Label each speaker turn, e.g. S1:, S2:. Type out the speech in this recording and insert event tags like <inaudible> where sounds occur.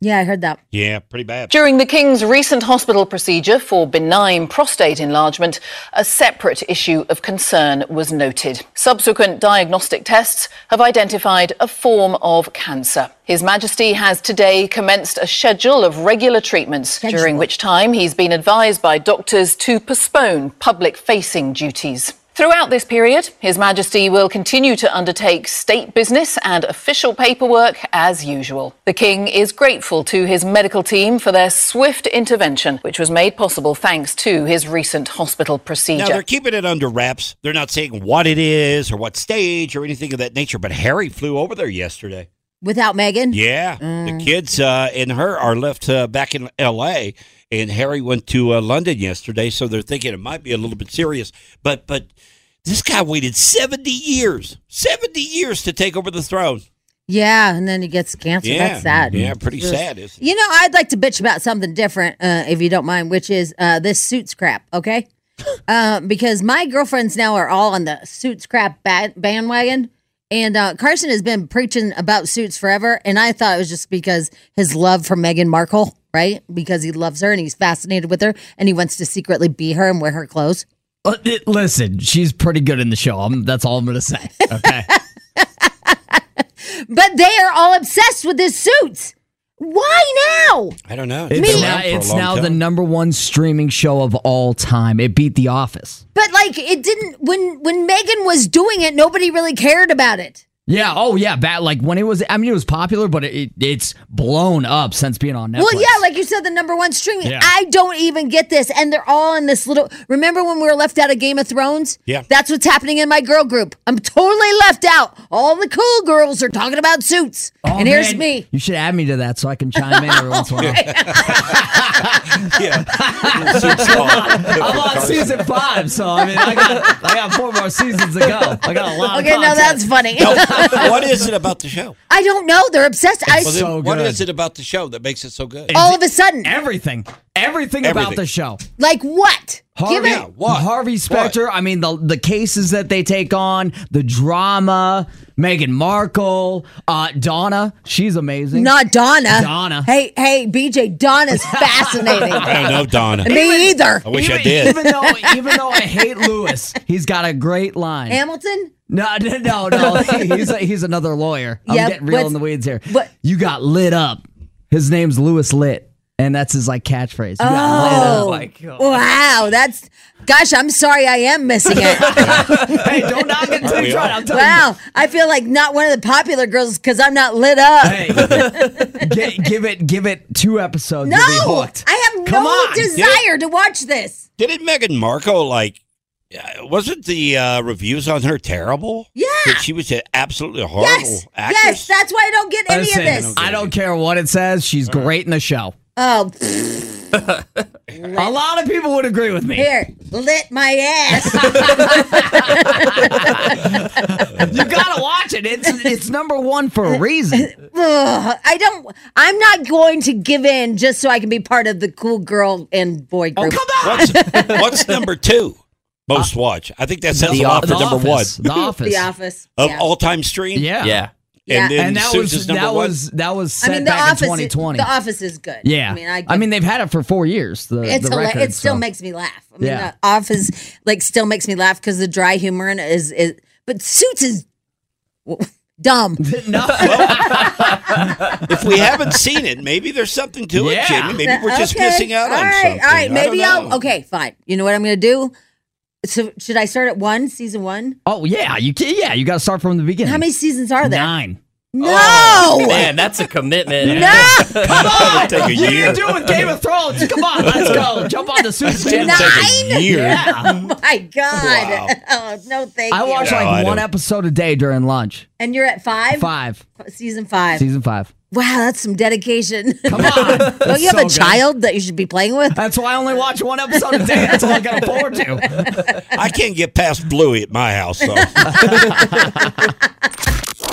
S1: Yeah, I heard that.
S2: Yeah, pretty bad.
S3: During the King's recent hospital procedure for benign prostate enlargement, a separate issue of concern was noted. Subsequent diagnostic tests have identified a form of cancer. His Majesty has today commenced a schedule of regular treatments, during which time he's been advised by doctors to postpone public facing duties. Throughout this period, His Majesty will continue to undertake state business and official paperwork as usual. The King is grateful to his medical team for their swift intervention, which was made possible thanks to his recent hospital
S2: Now, they're
S3: procedure.
S2: keeping it under wraps. They're not saying what it is or what stage or anything of that nature, but Harry flew over there yesterday.
S1: Without Megan?
S2: Yeah. The kids uh, and her are left uh, back in L.A., and Harry went to uh, London yesterday, so they're thinking it might be a little bit serious. But, but this guy waited 70 years, 70 years to take over the throne.
S1: Yeah, and then he gets cancer.
S2: Yeah.
S1: That's sad.
S2: Yeah, pretty
S1: Ugh.
S2: sad, isn't it?
S1: You know, I'd like to bitch about something different, uh, if you don't mind, which is uh, this suits crap,
S2: <laughs>
S1: okay? uh, because my girlfriends now are all on the suits crap ba- bandwagon. And uh, Carson has been preaching about suits forever. And I thought it was just because his love for Meghan Markle, right? Because he loves her and he's fascinated with her and he wants to secretly be her and wear her clothes.
S4: Uh, it- Listen, she's pretty good in the show. I'm, that's all I'm going to say. Okay.
S1: But they are all obsessed with his suits. Why now?
S2: I don't know.
S4: It's
S2: Been
S4: now,
S2: around for a
S4: it's
S2: long
S4: now the
S2: time.
S4: number one streaming show of all time. It beat The Office.
S1: But like it didn't when when Megan was doing it, nobody really cared about it.
S4: Yeah. Oh, yeah. Bat, like when it was, I mean, it was popular, but it, it's blown up since being on Netflix.
S1: Well, yeah, like you said, the number one string.
S4: Yeah.
S1: I don't even get this, and they're all in this little. Remember when we were left out of Game of Thrones?
S2: Yeah.
S1: that's what's happening in my girl group. I'm totally left out. All the cool girls are talking about suits,
S4: Oh,
S1: and here's
S4: man,
S1: me.
S4: You should add me to that so I can chime in every once in
S1: <laughs>
S4: a while.
S2: Yeah. Suits on.
S4: I'm on season five, so I mean, I got, I got four more seasons to go. I got a lot
S1: Okay,
S4: of
S1: now
S4: content.
S1: that's funny.
S2: what is it about the show?
S1: <laughs> I don't know. They're obsessed. I,
S2: Well, then
S4: So
S2: what
S4: good.
S2: is it about the show that makes it so good?
S1: all of a sudden,
S4: everything. Everything about
S2: Everything.
S4: the show.
S1: like what?
S4: Harvey,
S2: Yeah, what?
S4: Harvey
S2: What?
S4: Specter. I mean, the the cases that they take on, the drama. Meghan Markle, uh, Donna. She's amazing.
S1: Not Donna.
S4: Donna.
S1: Hey, hey, BJ. Donna's
S4: <laughs>
S1: fascinating.
S2: I don't know, Donna.
S1: Me either.
S2: I wish
S4: even,
S2: I did. <laughs>
S4: Even though, even though I hate Lewis, he's got a great line.
S1: Hamilton?
S4: no, <laughs> no, no, no. He's a, he's another lawyer. I'm
S1: Yep,
S4: getting real
S1: what's-
S4: in the weeds here.
S1: what-
S4: You got lit up. His name's Lewis Lit, and that's his like catchphrase. You got lit up.
S1: Oh. <laughs> Wow, that's gosh, I'm sorry I am missing it.
S4: hey, don't knock it till you try. it. I'm telling you.
S1: wow. I feel like not one of the popular girls because I'm not lit up.
S4: Hey, gi- give it, give it two episodes.
S1: no,
S4: You'll be hooked.
S1: I have
S4: Come
S1: no
S4: on, dude.
S1: desire to watch this.
S2: Didn't Meghan Markle like? uh, Wasn't the uh, reviews on her terrible?
S1: Yeah.
S2: that she was an absolutely
S4: Oh,
S2: horrible
S1: Yes, yes,
S2: actress.
S1: that's why I don't get any
S4: Listen,
S1: of this.
S4: I don't care what it says. She's great in the show.
S1: Oh, pfft,
S4: A lot of people would agree with me.
S1: here, lit my ass.
S4: <laughs> You gotta watch it. It's it's number one for a reason.
S1: Ugh, I don't. I'm not going to give in just so I can be part of the cool girl and boy
S4: Oh
S1: group.
S4: come on!
S2: what's, what's number two most watch? I think that says a lot for number
S4: Office.
S2: one
S4: The Office.
S1: The Office.
S2: of
S1: yeah.
S2: all time stream.
S4: Yeah.
S5: Yeah.
S1: Yeah.
S2: And then
S4: and that
S2: Suits
S4: was
S2: is number
S4: that
S2: one.
S4: was that was set
S1: I mean, the
S4: back
S1: office.
S4: in 2020.
S1: Is, the office is good.
S4: yeah,
S1: I mean, I,
S4: they've had it for four years. The,
S1: it's
S4: the
S1: hila-
S4: record,
S1: it still
S4: so.
S1: makes me laugh. I mean,
S4: Yeah.
S1: the office like still makes me laugh because the dry humor in it is is. But Suits is <laughs> w-
S2: <laughs>
S1: dumb.
S2: <laughs>
S1: <laughs>
S4: <laughs>
S2: if we haven't seen it, maybe there's something to it,
S4: Yeah.
S2: Jamie. Maybe we're just
S1: Okay.
S2: missing out
S1: All
S2: on
S1: right,
S2: something.
S1: All right,
S2: I don't
S1: maybe
S2: know.
S1: I'll. Okay, fine. You know what I'm going to do? So should I start at one, season one?
S4: Oh yeah, you can, yeah you got to start from the beginning.
S1: How many seasons are there?
S4: Nine. Oh.
S1: No.
S6: Man, that's a commitment.
S1: No.
S4: <laughs>
S1: <laughs>
S4: Come on,
S2: Take a
S4: you
S2: year.
S4: didn't do it with Game of Thrones. Come on,
S2: <laughs>
S4: let's go. Jump on the Suits.
S2: It's gonna take a year.
S1: Oh my god. <laughs> Oh, no, thank
S4: I
S1: you.
S4: watch
S2: No,
S4: like
S2: I
S4: one
S2: don't.
S4: episode a day during lunch.
S1: and you're at five.
S4: Five,
S1: Season five.
S4: season five.
S1: wow, that's some dedication. <laughs> Come
S4: on.
S1: Don't
S4: That's
S1: you have a
S4: so good.
S1: child that you should be playing with?
S4: That's why I only watch one episode a day. That's all I can afford to.
S2: I can't get past Bluey at my house, so